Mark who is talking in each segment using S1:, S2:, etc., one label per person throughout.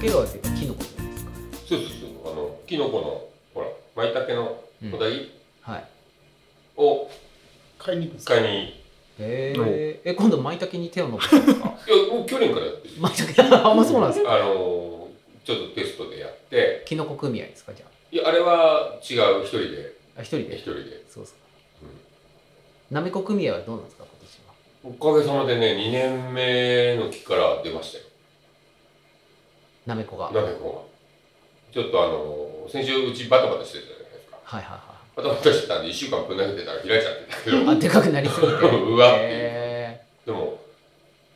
S1: け川っていうかキノコじゃないですか
S2: そうそうそうあのキノコのほらマイタケの
S1: うん
S2: 土台
S1: はい
S2: を
S3: 買いに行くんですか
S2: 使いに、
S1: へええ今度舞茸に手を伸ばしたんですか
S2: いやもう去年からやってる
S1: 舞茸 あんまそうなんですか
S2: あのちょっとテストでやって
S1: キノコ組合ですかじゃ
S2: いやあれは違う一人で
S1: ああ一人
S2: 一
S1: で
S2: 人で
S1: そうそう、
S2: うん
S1: なめこ組合はどうなんですか今年は
S2: おかげさまでね2年目の期から出ましたよ
S1: なめこがはい
S2: 鍋子がちょっとあの先週うちバタバタしてたじゃないですか
S1: はいは
S2: バタバタしてたんで1週間ぶん投げてたら開いちゃってたけど
S1: いあでかくなりすぎて
S2: うわっていう
S1: へ
S2: でも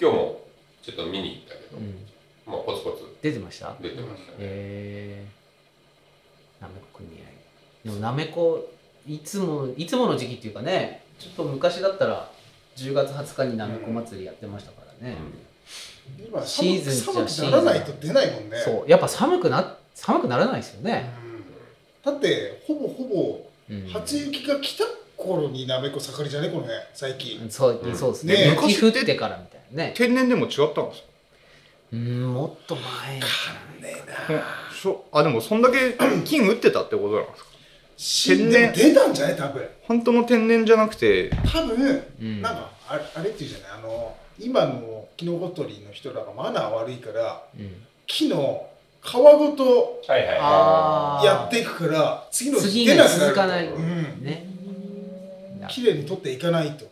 S2: 今日もちょっと見に行ったけ
S1: え
S2: ど、
S1: うん
S2: まあコツコツ
S1: 出てました
S2: 出てましたね、
S1: へえなめこ組合でもなめこいつもいつもの時期っていうかねちょっと昔だったら10月20日になめこ祭りやってましたからね、
S3: 今寒
S1: シーズンじゃ
S3: 寒くならないと出ないもんね
S1: そうやっぱ寒くな寒くならないですよね、
S3: うんだってほぼほ
S1: うん
S3: ぼ初雪が来た頃になめこ盛りじゃねこの辺最近
S1: そう
S2: うん
S1: そうです
S3: ね
S1: ね
S3: え
S1: 雪降ってからみたいなね
S4: 天然でも違ったんですか
S1: うんもっと前じゃないか
S4: うんそうあでもそんだけ 金打ってたってことなんですか
S3: 死んで
S4: 天然
S3: 出たんじゃない多分
S4: 本当の天然じゃなくて
S3: 多分
S1: うん
S3: なんかあれあれっていうじゃないあの今のキノコ取りの人らがマナー悪いから
S1: うん
S3: 木の皮ごと
S2: はいはい
S1: あー
S3: やっていくから次の
S1: 次
S3: 日
S1: に
S3: 出なくなる
S1: 続かない
S3: うん、
S1: ねな
S3: きれいに取っていかないと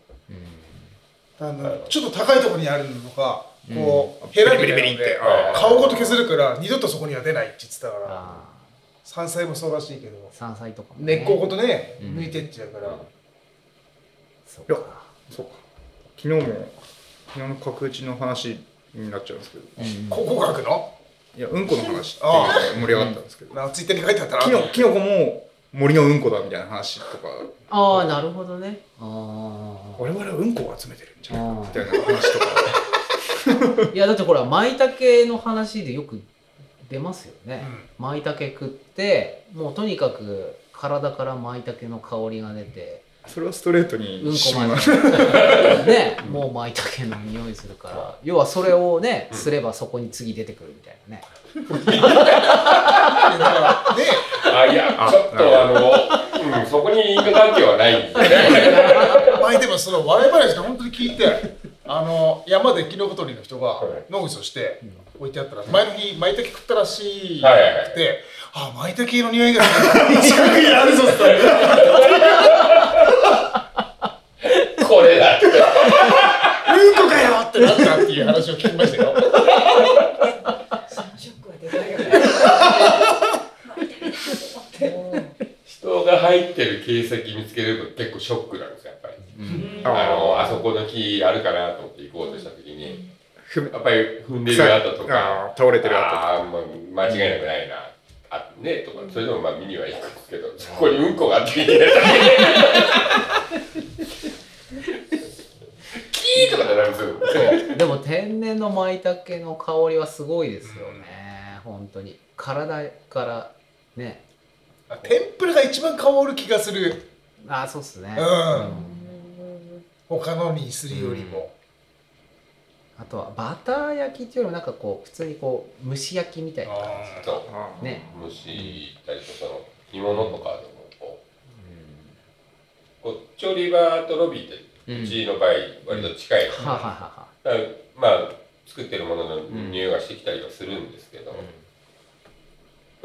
S1: うん
S3: あのちょっと高いところにあるのとかこう、ヘラ
S4: ベ
S3: ヘ
S4: リ
S3: ラ
S4: ベリって
S3: 顔ごと削るから二度とそこには出ないって言ってたから
S1: あ
S3: 山菜もそうらしいけど
S1: ー山菜とかもね
S3: 根っこごとね
S1: うん
S3: 抜いてっちゃうから、
S1: そう
S4: い
S1: か
S4: そうか昨日も昨日の角打ちの話になっちゃうんですけど
S1: うん
S3: ここが開くの
S4: いやうんこの話っていう
S3: あ
S4: ので盛り上がったんですけど
S3: なツイッターに書いてあったら
S4: キノキノコも森のうんこだみたいな話とか
S1: ああなるほどねあ
S4: 我々はうんこを集めてるんじゃない
S1: あ
S4: かみたいな話とか
S1: いやだってほら舞茸の話でよく出ますよね、舞茸食ってもうとにかく体から舞茸の香りが出て
S4: それはストレートに
S1: うんこ
S4: しま
S1: まで
S4: う
S1: ねもう舞茸の匂いするから要はそれをね
S2: うん
S1: すればそこに次出てくるみたいなね
S3: うん、だからね
S2: あいや
S4: あ
S2: ちょっとあの、うん、そこに因果関係はないんでね
S3: 前でもその笑い話で本当に聞いてあの山でキノコ取りの人が
S2: はい
S3: 野口をして置いてあったら前の日舞茸食ったらしい
S2: はいはいはい
S3: くてあ舞茸の匂いが 近くにあるぞっつったら
S2: これだって
S3: うんこかよってなったっていう話を聞きましたよ
S5: ショックはでかいよね。
S2: 人が入ってる形跡見つけるの結構ショックなんですよやっぱりあのあそこの木あるかなと思って行こうとした時に
S4: ふ
S2: やっぱり踏んで
S4: 草
S2: る
S4: い
S2: 跡とか
S4: あー倒れてる跡
S2: ああーまあ間違いなくないなあねとかそれでもまあ見には行くんですけどそこにうんこがあって見に行ったキーとかじゃないんですよ
S1: そうでも天然の舞茸の香りはすごいですよね本当に体からね
S3: 天ぷらが一番香る気がする
S1: ああそうっすね、
S3: うん他のにするよりも、
S1: あとはバター焼きっていうよりもなんかこう普通にこう蒸し焼きみたいな感
S2: そう
S4: あー
S1: ね
S2: 虫いたりとかの煮物とかでもこうこう調理場とロビーって
S1: じ、うん
S2: うちの場合割と近いので、
S1: はははは
S2: だからまあ作ってるものの匂いがしてきたりはするんですけど、は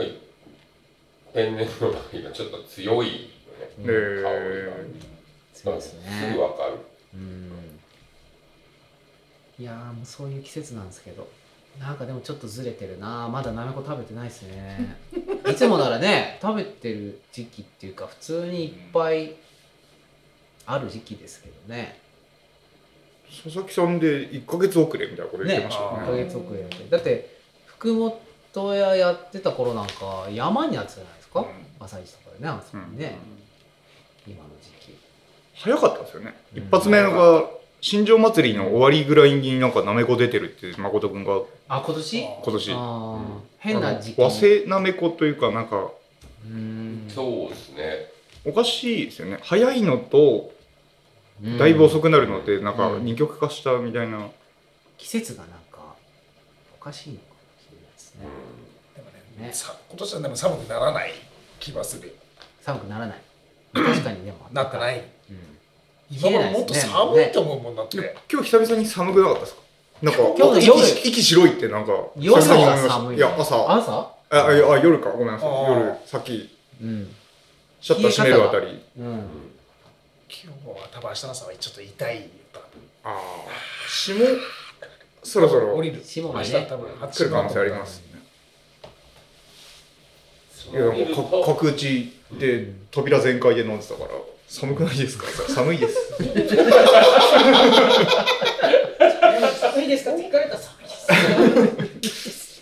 S2: い天然の場合はちょっと強いよね
S1: うん
S4: へ
S2: 香り
S4: ー
S2: が、
S1: そうです
S2: す
S1: ね
S2: ぐわかる
S1: うんいやーもうそういう季節なんですけどなんかでもちょっとずれてるなまだなめこ食べてないです ねいつもならね食べてる時期っていうか普通にいっぱいある時期ですけどね
S4: 佐々木さんで1か月遅れみたいなこと言ってました
S3: うん
S1: 1
S4: よ
S1: ヶ
S4: ね
S1: 月遅れでだって福本屋やってた頃なんか山にあってたじゃないですか、朝市とかでねあそこにね、今の時期
S4: 早かったですよね、
S1: うん
S4: 一発目が新庄祭りの終わりぐらいになんかなめこ出てるって誠君が
S1: あ今年あ
S4: 今年
S1: ー
S2: うん
S1: 変な時期
S4: あの和製なめこというかなんか
S1: うーん
S2: そうですね
S4: おかしいですよね早いのとだいぶ遅くなるので、なんか
S1: うん
S4: 二極化したみたいな、
S1: 季節がなんかおかしいのかもしれないですね
S3: でもね
S1: ね
S3: さ今年はでも寒くならない気はするよ
S1: 寒くならない確かにでも
S3: なってない
S1: うん
S3: 今までもっと寒いと思うもんだって、
S4: で今日久々に寒くなかったですかなんか
S1: 今日の夜
S4: 息息白いってなんか
S1: 夜
S4: 久
S1: が
S4: 々に思いました
S1: 寒い
S4: いや朝あ
S1: 朝
S4: あいやあ夜かごめんなさい
S3: あー
S4: 夜さっき
S1: うん
S4: シャッター閉めるあたり
S1: うん
S3: 今日は多分明日の朝はちょっと痛いよ多分
S4: ああ霜そろそ
S3: 降
S4: ろ
S3: りる
S1: 霜が
S3: 明
S1: ね
S3: 日多分
S4: 来る可能性ありますねいやもうか角打ちで扉全開で飲んでたから寒くないですか寒いです
S1: 寒いですかって聞かれたら寒いです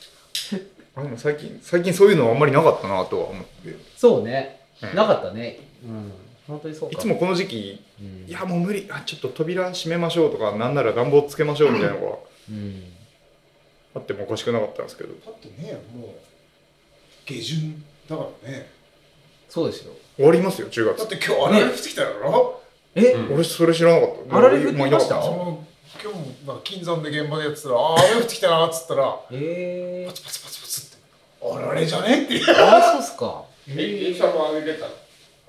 S4: あでも最近最近そういうのあんまりなかったなとは思って、
S1: そうね
S4: うん
S1: なかったねうん本当にそうか
S4: いつもこの時期
S1: うん
S4: いやもう無理あちょっと扉閉めましょうとかなんなら暖房つけましょうみたいなのが
S1: うん
S4: あってもおかしくなかったんですけど
S6: だってねもう下旬だからね
S1: そうですよ
S4: 終わりますよ10
S3: だっ
S4: 月
S3: て今日雨が降ってきたやろ、
S1: え
S2: うん
S4: 俺それ知らなかった
S1: あられ降ってました
S4: もう
S3: その今日もなんか金山で現場でやってたら「ああー雨降ってきたな」っつったら
S1: え
S3: パツパツパツパツって「あられじゃね?」って
S1: ーあそうっすか
S2: え、ゆきさんもあげてたの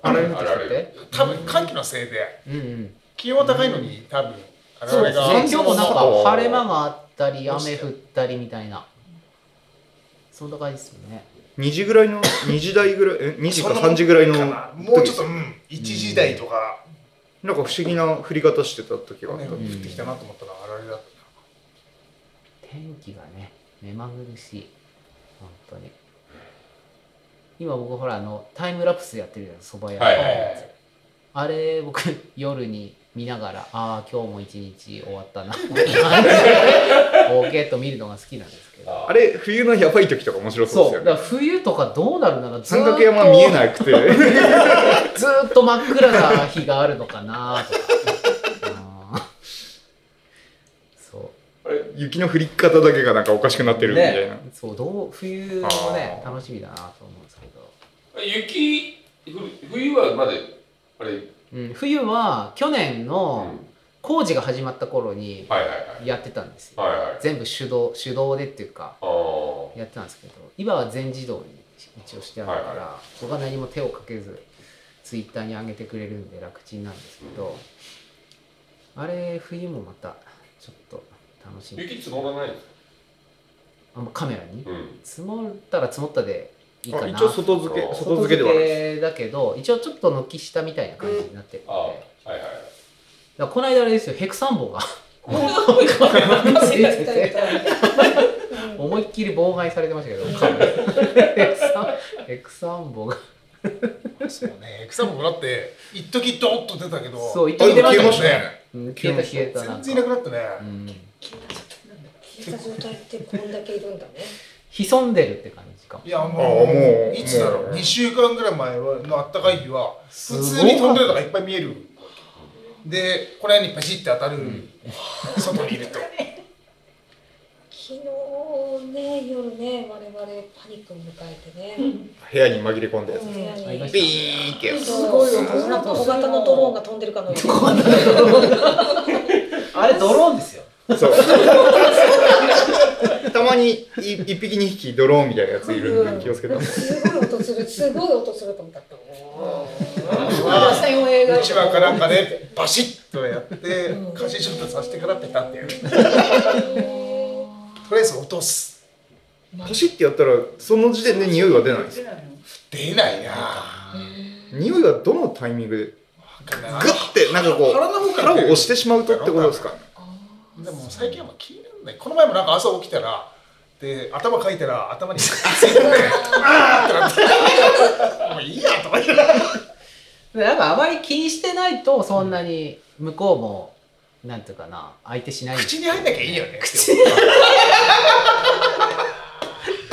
S1: あられ
S2: あられ
S3: 多分寒気のせいで
S1: うんうん
S3: 気温は高いのに多分あ
S1: そう
S3: れ
S1: ですね
S3: が
S1: 今日もなんか
S4: そう
S1: 晴れ間があったり雨降ったりみたいなそんな感じですよね
S4: 2時ぐらいの2時台ぐらいえ2時か
S3: そんな
S4: 3時ぐらいの
S3: かなもうちょっとう
S4: 時
S3: ん1時台とか
S4: なんか不思議な降り方してた時があっ
S3: 雨
S4: たん
S3: が降
S4: で
S3: っ
S1: ん
S3: てきたなと思ったらあられだっ
S1: 天気がね目まぐるしい本当に今僕ほらあのタイムラプスやってるじゃんそば屋の、
S2: は
S3: た
S2: い
S3: はい
S1: あれ僕夜に見ながらああ今日も一日終わった なボケっと見るのが好きなんですけど
S4: あれ冬のやばい時とか面白そ
S1: そ
S4: う
S1: う
S4: です
S1: だ
S4: よ
S1: から
S4: ね
S1: 冬とかどうなるならずー
S4: 三
S1: っと
S4: 角山見えなくて
S1: ずーっと真っ暗な日があるのかなとかあーそう
S4: 雪の降り方だけがなんかおかしくなってるみたいな、
S1: ねそうどう冬もね楽しみだなと思うんですけど、
S2: 雪、ふ冬はまだ、あれ、うん
S1: うん、冬は去年の工事が始まった頃に
S2: はいはいはい。
S1: やってたんですよ、
S2: はいはい。
S1: 全部手動手動でっていうか
S2: ああ。
S1: やってたんですけど今は全自動に一応してあるから、
S2: はいは
S1: 僕は何も手をかけずツイッターに上げてくれるんで楽ちんなんですけどあれ冬もまたちょっと楽しみ
S2: 雪積もらないんですか
S1: あカメラに
S2: うん。
S1: 積もったら積もったでいいか
S4: あ
S1: な
S4: 一応外付け
S2: あー
S4: 外付けではあるんです
S1: 外付けだけど一応ちょっと軒下みたいな感じになってるんで、
S2: ああ。
S1: だ
S2: は
S1: か
S2: いはいはい。
S1: らこの間あれですよヘクサンボ が思いっきり妨害されてましたけどカメラヘクサンヘクサンボが
S3: なそうね草もだって一時ドーッと出たけど
S1: そう一
S4: あ
S1: 時
S4: で
S1: 出
S4: も
S1: ま
S4: 消
S1: したね
S4: えましたね
S1: うん消えた消えたなんか
S3: 全然いなくなったね
S1: うん
S5: 消えた状態ってこんだけいるんだね。
S1: 潜んでるって感じかも
S3: いやもう
S4: もう
S3: いつだろ
S4: も
S3: う
S4: う
S3: 2週間ぐらい前はのあったかい日は
S1: す
S3: 普
S1: ごい
S3: 通に飛んでるのがいっぱい見えるでこの辺にパチって当たる、外にいると
S5: 昨日ね、夜ね、我々パニックを迎えてね。
S4: 部屋に紛れ込んで
S5: 部屋に
S1: ありました
S4: ビーンってやつ
S5: すごいよ、小型小型のドローンが飛んでるかのように。
S1: あれドローンですよ
S4: そうたまにい一匹二匹ドローンみたいなやついるんで気をつけた方がいい
S5: すごい音する、すごい音すると思った。
S3: 一番かなんかでバシッとやってカシショットさせてからペタってやるとりあえず落とす
S4: パシってやったらその時点で匂いは出ないんですよ
S3: 出ないな
S4: 匂いはどのタイミング
S3: ガ
S4: でグッてなんかこう
S3: 腹の方から
S4: 腹を押してしまうとってことですかね
S3: でも最近はもう気にならないこの前もなんか朝起きたらで頭かいたら頭に汗が ねあーってなってもういいやとか言う
S1: でなんかあまり気にしてないとそんなに向こうも、なんていうかな相手しない
S3: 口に入んなきゃいいよね
S1: 口
S3: に
S4: い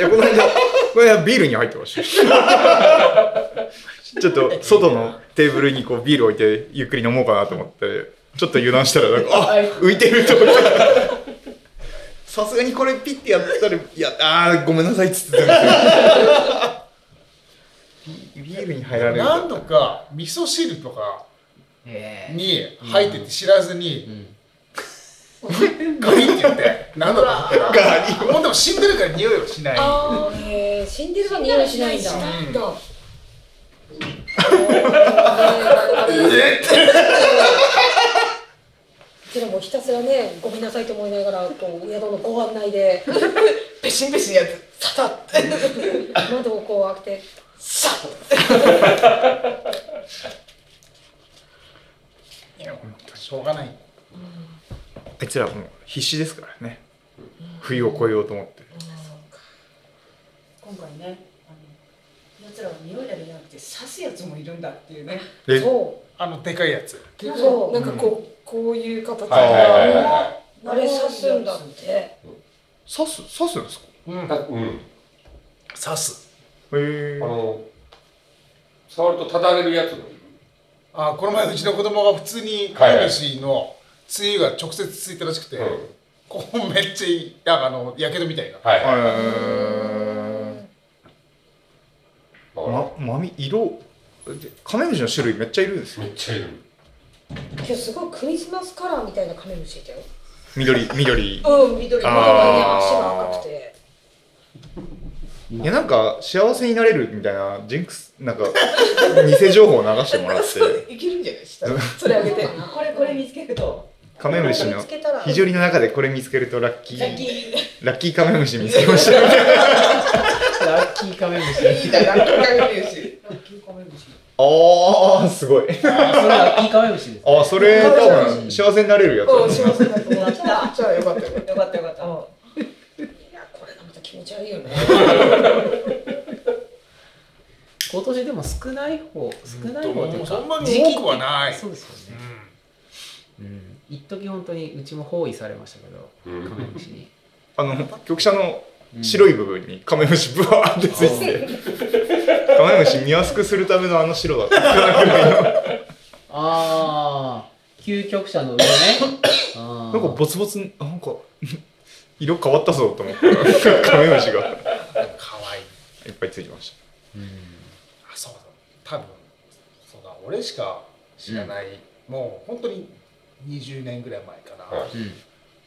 S4: やこの間これはビールに入ってました ちょっと外のテーブルにこうビール置いてゆっくり飲もうかなと思ってちょっと油断したらなんかあ浮いてると思ってさすがにこれピッてやったらいやあーごめんなさいっつってたんですよビビールに入られる
S3: 何度か味噌汁とか
S1: ええ
S3: に入ってて知らずに
S1: うん
S3: ガリって言ってなんだろうガリもうでも死んでるから匂いはしない
S5: あーへー死んでるのに匂いしないんだ。
S7: しない
S3: ん
S5: だ。
S3: えっ
S5: でもひたすらね、ごめんなさいと思いながら、こう宿のご案内で、
S7: ペシンペシンやつさたって
S5: 窓をこう開けて、
S7: さっ
S3: いや本当しょうがない
S4: あいつらもう必死ですからね冬を越えようと思って
S7: 今回ねあの奴らは匂いだけじゃなくて刺すやつもいるんだっていうね
S4: え
S5: そ
S3: あのでかいやつ
S5: う、そう、なんかこう、こういう形で、
S2: はいはいはいはい
S5: あ
S2: は
S5: れ刺すんだって。
S4: 刺す刺すんですか
S3: うん
S2: いたうん
S3: 刺す
S4: へえ
S2: あの触るとただれるやつもいる
S3: あこの前うちの子供が普通に
S2: はいは
S3: 飼
S2: い
S3: い主のつゆが直接ついたらしくて、
S2: うん
S3: ここめっちゃいいなんかあのやけどみたいな
S2: はいはい
S4: え
S2: だか
S4: ままみ色でカメムシの種類めっちゃいるんです
S2: ら
S4: よ
S2: めっちゃいる
S5: 今日すごいクリスマスカラーみたいなカメムシいたよ。
S4: 緑緑
S5: うん、緑の中で足が赤くて。
S4: いやなんか幸せになれるみたいなジンクスなんか偽情報を流してもらって
S7: いけるんじゃない下にそれあげ てこれこれ見つけると
S4: カメムシの
S5: 見つけたら
S4: 非常にの中でこれ見つけるとラッキ
S7: ラッキ
S4: ー
S7: ー
S4: ラッキーカメムシ見つけましたみたいな
S1: ラッキーカメムシ。
S7: いいだラッキーカメムシラッキーカメムシ
S4: あーすごい
S1: あそれラッキーカメムシです。
S4: あーそれ多分幸せになれるやつ
S7: お
S4: だ
S7: お
S4: ね
S7: 幸せだと思った
S5: じゃあよかったよ。
S7: よかったよかった
S5: いや、これがまた気持ち悪いよね。
S1: 今年でも少ない方、少ない方というか
S3: そんなに多くはない
S1: そうですよね。
S3: う
S1: うん。一時本当にうちも包囲されましたけど、
S2: うん
S1: カメムシに。
S4: あの局舎の白い部分にカメムシブワーってついててカメムシ見やすくするためのあの白だった
S1: ああ、究極者の上ね。あ
S4: な
S1: ー
S4: んかボツボツなんか 色変わったぞと思ったらカメムシが
S3: んかわいい
S4: いっぱいついてました
S1: うん
S3: あそうだ多分そうだ俺しか知らない、もう本当に20年ぐらい前かな、
S2: はい
S1: うん。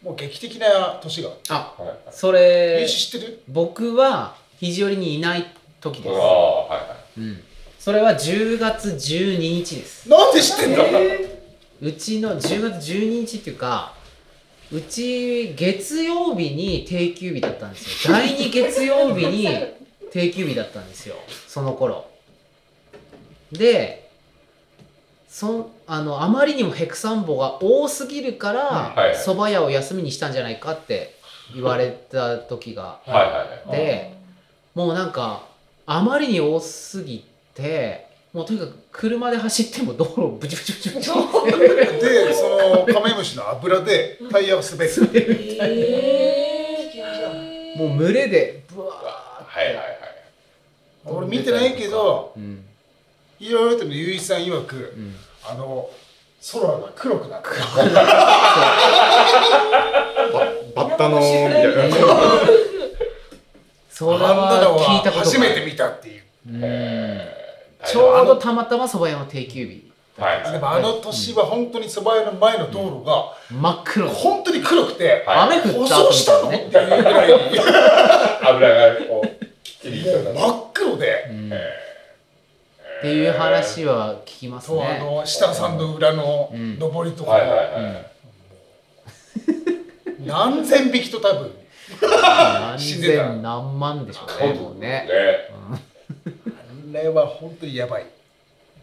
S3: もう劇的な年が
S1: あ、
S2: はいはい
S1: それ
S3: 融資知ってる
S1: 僕は肘折にいない時で
S2: あ
S1: す。
S2: あはいはい
S1: うん。それは10月12日です。
S3: なんで知ってんだ
S1: うちの10月12日っていうかうち月曜日に定休日だったん ですよ第2月曜日に定休日だったんですよその頃でそあのあまりにもヘクサンボが多すぎるから
S2: はい
S1: 蕎麦屋を休みにしたんじゃないかって言われた時が
S2: はいはいはい
S1: あってもうなんかあまりに多すぎてもうとにかく車で走っても道路をブチブチブチブチ
S3: でそのカメムシの油でタイヤが滑る
S5: え
S1: もう群れでブワ
S2: はいはいはい
S3: 俺見てないけど
S1: ーうん
S3: いろいろとゆういちさん曰く
S1: うん
S3: あの空が黒くなった
S4: バッタのみたいな
S1: それ
S3: あんなの
S1: は聞いたことが
S3: は初めて見たっていう
S1: うん
S2: はい
S1: ちょうどたまたま蕎麦屋の定休日
S2: はいはい
S3: でもあの年は本当に蕎麦屋の前の道路が
S1: 真っ黒の
S3: 本当に黒くて
S2: はい
S1: 雨降
S3: 舗
S1: った後
S3: 装
S1: み
S3: したた
S1: いな
S3: のっていう
S1: ね
S3: ぐらい
S2: 油がこうきっちりいったんだ
S3: 真っ黒
S1: う
S3: で
S1: んっていう話は聞きます
S3: そうあ
S1: ね
S3: の下さんの裏の
S1: うん
S3: 上りとか
S2: はいはいはい
S3: 何千匹と多分
S1: 何
S3: 死んでた
S1: 千何万でしょうねもうね
S2: ね
S1: うん
S3: あれは本当にやばい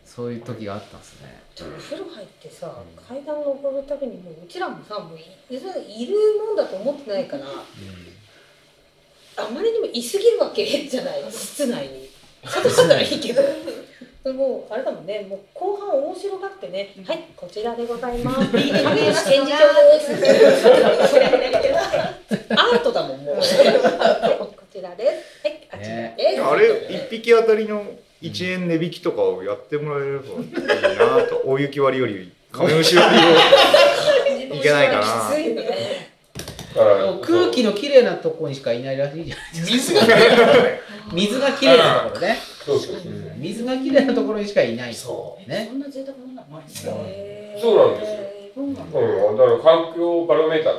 S1: そういう時があったんですね
S5: 風呂入ってさ、階段を上るたびにもううちらもさもういいるもんだと思ってないからあまりにもいすぎるわけじゃない室内に外してたらいいけどでもあれだもんねもう後半面白がってね「はいこちらでございます」「いい加減展示場です」アートだもんもうこちらですはいあちらです、
S4: あれ1匹当たりの1円値引きとかをやってもらえればいいなと大雪割りよりカメムシ割 りをいけないか
S5: きつ
S4: ない
S5: ね
S2: だから
S1: でも空気のきれいなとこにしかいないらしいじゃん
S3: 水が出るからね
S1: 水がきれいなところね
S2: そうそうそう
S1: うん水がきれいなところにしかいない
S3: そう
S1: ね
S7: そんな贅沢もんなの
S5: へー
S2: そうなんです
S5: よ
S7: うんなんだ
S2: うん、だから環境バロメーターだ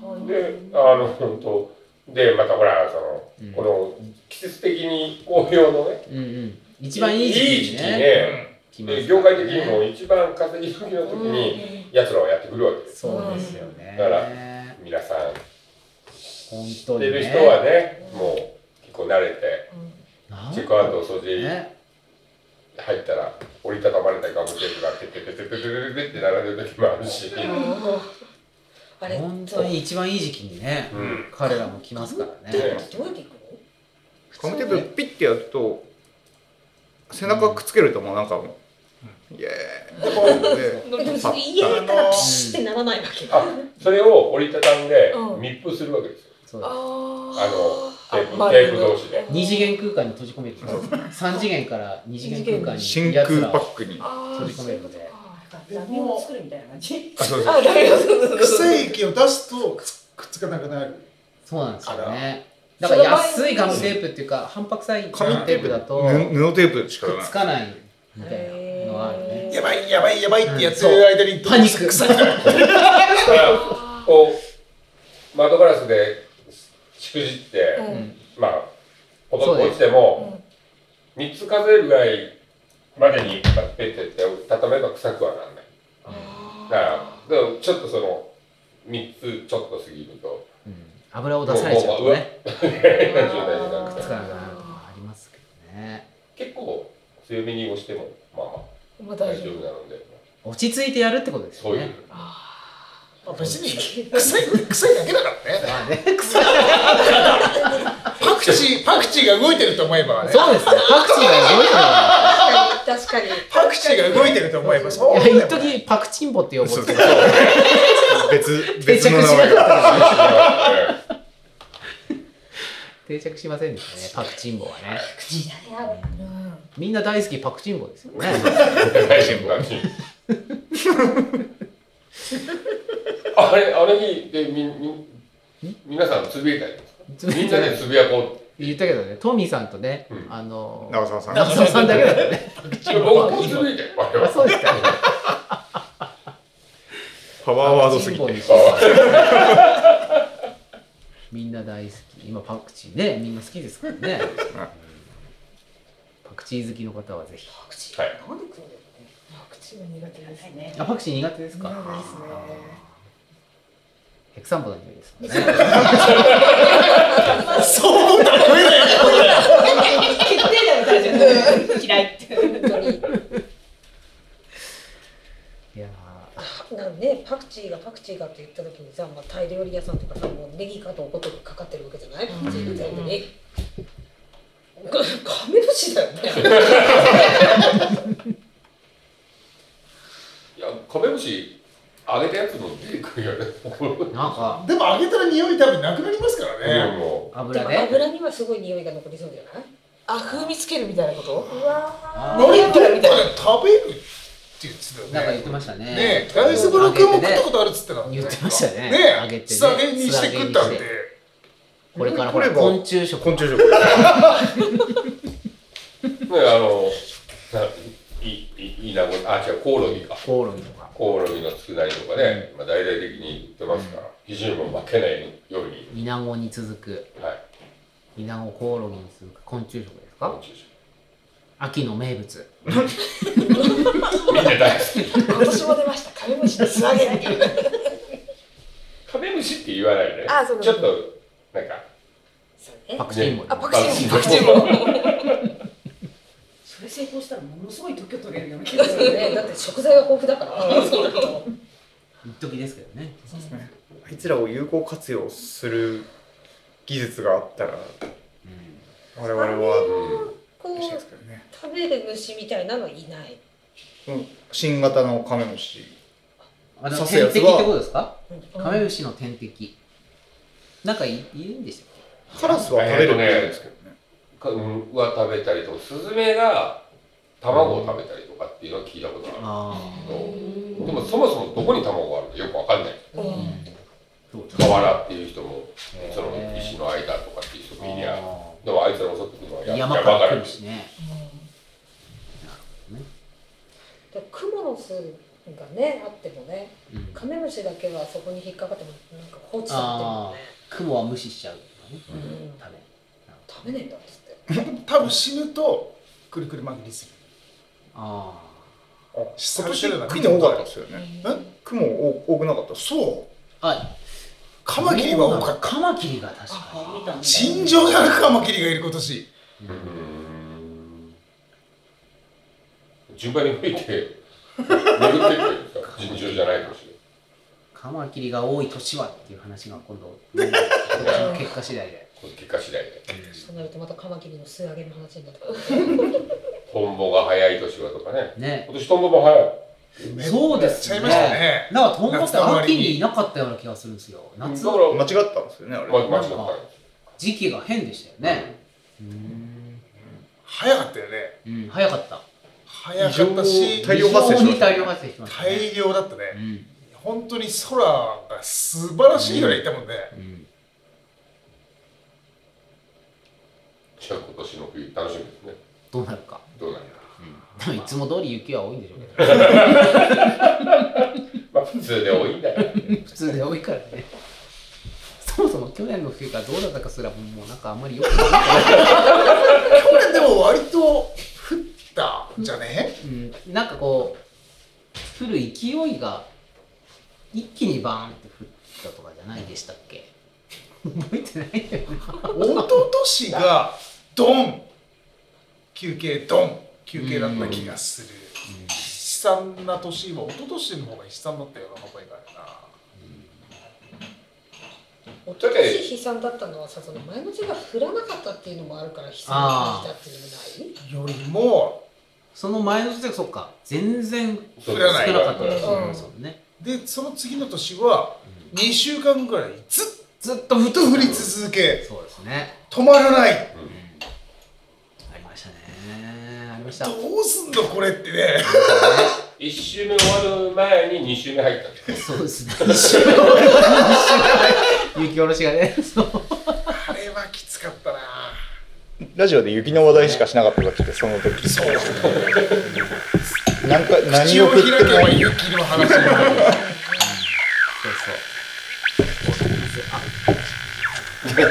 S2: もん。で、あの、本当で、またほら、そ
S1: うん
S2: の、この、季節的に紅葉のね、
S1: うんうん一番いい時期に
S2: いい
S1: ね来
S2: 期
S1: ます
S2: ね
S1: ね
S2: で業界的にも一番稼ぎ時の時に、奴らはやってくるわけです。
S1: そうですよね
S2: だから皆さん、
S1: 本
S2: 知
S1: 当
S2: っ
S1: に
S2: て
S1: ね
S2: る人はね、もう結構慣れて、
S1: なん
S2: チェックアウト、掃除
S1: ね
S2: 入ったら、折りたたまれたガムテープが、てててててててって並んでる時もあるし、
S5: あれ
S1: 本当に一番いい時期にね
S2: うん。
S1: 彼らも来ますからね
S5: どうやって行くの
S4: 紙テープピッてやると背中くっつけるともうなんかもう、イエーイで
S5: えでもそれ家やったらピシッてならないわけ
S2: あ、それを折りたたんで
S5: うん
S2: 密封するわけですよ。
S1: そうです
S5: あ
S2: あのテープ
S5: 丸
S2: テープ同士で
S1: 二次元空間に閉じ込める三次元から二次元空間
S4: 真
S1: に
S4: 空
S1: やつら
S4: パ
S1: を
S4: ックに
S5: あー
S1: 閉じ込めるので
S7: ラミを作るみたいな 感じ
S4: あそうそう
S5: あ、ダメだ
S6: 臭い液を出すとくっつくっつかなくなる
S1: そうなんですよねだ
S5: あら
S1: から安いガムテープっていうか反発さいガムテープだと
S4: ぬ布テープしか
S1: くっ
S4: ない
S1: つかないみたいなのがあるね
S6: やばいやばいやばいってやって
S1: うんそう
S6: る間に
S1: パニック
S2: だから、こう、窓ガラスでしくじって、
S1: うん
S2: まあ、ほとんど落ちても、3つ数えるぐらいまでに、まあペッてって畳めば臭くはなんない。だから、でもちょっとその、3つちょっと過ぎると、
S1: うん油を出されちゃうとね
S2: 変な状態になる
S1: く
S2: か
S1: っ
S2: ら
S1: つかなくなるとかありますけどね
S2: 結構強めに押しても、まあま
S5: ま
S2: あ、
S5: あ
S2: 大
S5: 大丈
S2: 丈夫
S5: 夫
S2: なので、
S1: 落ち着いてやるってことです
S2: そう
S1: よ
S2: いう
S1: ね。
S6: まあ別に臭い臭いだけだからね
S1: まあね
S6: パクチーパクチーが動いてると思えばね
S1: そうですねパクチーが動いてるか
S5: 確かに
S6: パクチーが動いてると思えばそう
S1: ら
S6: 思う
S1: い
S6: よ
S1: や一時パクチンポって呼ぼ
S4: そうう
S1: と
S4: そう
S1: 思って
S4: 別
S1: 定着
S4: 別
S1: し
S4: の
S1: な
S4: 名
S1: か
S4: 前
S1: ったですね
S2: ええ
S1: 定着しませんでしたねパクチンボはね
S7: 口だよ
S1: みんな大好きパクチンボですよね
S2: 大丈夫な あれ、あの日でみ、み、皆さんつぶやいたりとかみんなでつぶやこ
S1: 言ったけどねトミーさんとね
S2: うん
S1: あの
S4: 長澤さん
S1: 長澤さんだけだったね
S2: う。僕もつぶやいたよ。あれ
S1: あ
S2: は
S1: そうでしたね
S4: パワーワードすぎ
S1: パク
S4: て
S1: チンポにしてみんな大好き今パクチーねみんな好きですからねパクチー好きの方はぜひ
S7: 口
S2: は
S7: ないんで食うの
S5: 口が苦手ですね
S1: あパクチー苦手ですか
S5: 苦手ですね
S1: ヘクサンボの匂いですもんね
S7: 決定打みたいじゃない嫌いって
S5: 本当に
S1: いや
S5: なんでねパクチーがパクチーがって言った時にさ、まあ、タイ料理屋さんとかさもうネギかとおことにかかってるわけじゃない全体的に。がカメムシだよね。
S2: いや、カメムシ、揚げたやつも出てくるよね。
S1: ーなんか
S6: でも揚げたら匂い多分なくなりますからね
S2: も
S5: で
S1: 油
S5: も
S1: ね
S5: 油にはすごい匂いが残りそうじゃない？
S8: あ風味つけるみたいなこと
S5: うわ
S1: あ
S6: あれどっかで食べるって言ってたよ
S1: ー
S6: ね
S1: なんか言ってましたね
S6: ねえ大豆ブロックも食ったことあるっつってた
S1: 言ってましたね
S6: ね
S1: 揚げてね
S6: え素揚げにして食ったんで
S1: 素揚げにしてこれからほら
S4: これ
S1: 昆虫食
S4: 昆虫食
S2: う、ね、あの、ないい、いいいなご、あ、違う、コオロギか。
S1: コオロギとか
S2: コオロギの佃煮とかね、まあ、大々的に言ってますから、基準も負けないように。
S1: イナゴに続く
S2: はい。
S1: イナゴコオロギに続く昆虫食です
S2: 昆
S1: か
S2: 虫食
S1: 秋の名物
S2: みんな大好き。
S8: 今年も出ましたカメムシの素揚げだけ
S2: カメムシって言わないよね。
S8: あそうか
S2: ちょっと、なんか。
S5: そうね
S1: パ。クチンボ
S8: あパクチーもパクチー
S2: も。
S8: も
S7: それ成功したらものすごい特許取れるような気がす
S5: そう
S7: る
S5: ね。
S7: ね
S5: だって食材が豊富だから。そうだ
S1: 一時ですけどね
S4: あいつらを有効活用する技術があったら我々は
S5: こ
S4: 嬉しいで
S5: う
S4: すけどね
S5: 食べる虫みたいなのはいない。
S4: うん新型のカメムシ
S1: あの
S4: 刺
S1: 天
S4: すやつは
S1: 敵ってことですかカメ
S5: ム
S1: ムシの天敵なんかいいるんでしたっ
S4: カラスは食べるみたいですけどね
S2: かうんは食べたりとか、スズメが卵を食べたりとかっていうのは聞いたこと
S1: け
S2: あ
S1: あ
S2: るけど、でもそもそもどこに卵があるかよくわかんない。
S1: あそう
S2: 河原っていう人も、
S1: へー
S2: その石の間とかっていう人もいりゃ、
S1: あ
S2: でもあいつら襲ってくるのは
S1: ー
S2: や
S1: 山
S2: 山か
S1: か
S2: ら
S1: 来
S2: ら
S1: るしね
S5: クモの巣がねあってもね
S1: うん
S5: カメムシだけはそこに引っかかってもなんか放置さ
S1: 雲は無視しちゃうとか
S5: れて
S1: ね
S5: もね、うん、
S1: 種
S5: 食べねえんだっつって
S3: 多分死ぬとくるくる巻きにする
S1: あ
S3: 失
S4: 今
S3: 踪してるのは
S4: 年
S3: 見たこ
S4: 雲多
S3: と
S4: か
S3: ある
S4: ったですよね
S3: え
S4: 雲多多くなかった
S3: そう
S1: ああ
S3: カマキリは多かった
S1: カマキリが確か
S7: あ見たんだ
S3: 尋常じゃなくカマキリがいる今年
S1: に、
S2: う
S1: うん
S2: ん順番に吹いて巡ってくるんですか尋常じゃないかもし
S1: カマキリが多い年はっていう話が今度今年の結果次第で、
S2: れない結果次第で
S5: そうなるとまたカマキリの巣上げの話になってくる
S2: トンボが早い年はとかね
S1: ね
S2: 今年トンボも早い
S1: そうです
S3: ちゃい
S1: ね
S3: ましたね
S1: なんかトンボって
S3: 夏の終わり
S1: 秋
S3: に
S1: にいなかったような気がするんですよ
S2: だ
S1: 夏
S2: か
S1: の
S4: 間違ったんですよねあれ、
S2: らま間違ったんです
S1: 時期が変でしたよねうん、
S3: 早かったよね
S1: うん早かった
S3: 早かったし
S4: 大量発生
S1: 非
S4: しました
S1: 常に大量発生しました、ね、
S3: 大量だった
S1: う
S3: ね
S1: ん
S3: 本当に空が素晴らしいぐらいいたもんね
S1: うん
S2: じゃあ今年の冬楽しみですね
S1: どうなるか、
S2: どうなるか
S1: うん、いつも通り雪は多いんでしょうけど
S2: まあ普通で多いんだよね
S1: 普通で多いからねそもそも去年の冬がどうだったかすらもうなんかあんまりよくないか
S3: 去年でも割と降ったんじゃね
S1: ら、うん、なんかこう降る勢いが一気にバーンって降ったとかじゃないでしたっけ覚えてないんだよね
S3: 一昨年がドン休憩ドン休憩だった気がする悲惨な年は一昨年の方が悲惨だったような覚えがあ
S5: おととし悲惨だったのはさその前の日が降らなかったっていうのもあるから悲惨だったっていうのも
S3: るなよりも
S1: その前の時はそっか全然
S2: そう
S3: 降
S2: です
S1: 少
S3: らな
S1: ないかった
S2: うん
S1: です
S5: うん
S1: よね、
S3: でその次の年は
S1: うん
S3: 2週間ぐらいずっ
S1: ずっと降っ
S3: と降り続け
S1: そうですね、
S3: 止まらない
S1: うん、ありましたねありました
S3: どうすんのこれってね
S2: 1周目終わる前に2周目入ったんです
S1: そうですね。雪下ろしがね。そう。
S3: あれはきつかったな
S4: ラジオで雪の話題しかしなかった時ってその時そう何か何
S3: 口
S4: を
S3: を
S4: 振
S3: 開
S4: って
S3: けば
S4: も
S3: 雪の話になる
S1: そうそう。